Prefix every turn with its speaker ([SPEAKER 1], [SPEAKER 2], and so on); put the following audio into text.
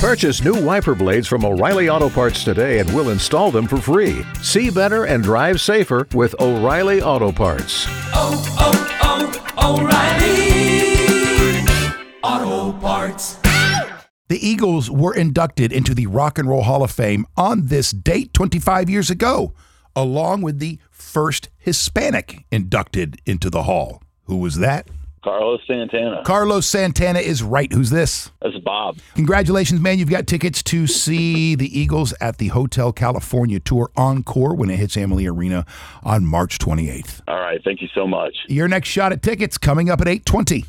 [SPEAKER 1] Purchase new wiper blades from O'Reilly Auto Parts today and we'll install them for free. See better and drive safer with O'Reilly Auto Parts.
[SPEAKER 2] Oh, oh, oh, O'Reilly Auto Parts.
[SPEAKER 3] The Eagles were inducted into the Rock and Roll Hall of Fame on this date 25 years ago, along with the first Hispanic inducted into the hall. Who was that?
[SPEAKER 4] Carlos Santana.
[SPEAKER 3] Carlos Santana is right. Who's this?
[SPEAKER 4] That's Bob.
[SPEAKER 3] Congratulations, man. You've got tickets to see the Eagles at the Hotel California Tour Encore when it hits Amalie Arena on March 28th.
[SPEAKER 4] All right. Thank you so much.
[SPEAKER 3] Your next shot at tickets coming up at 820.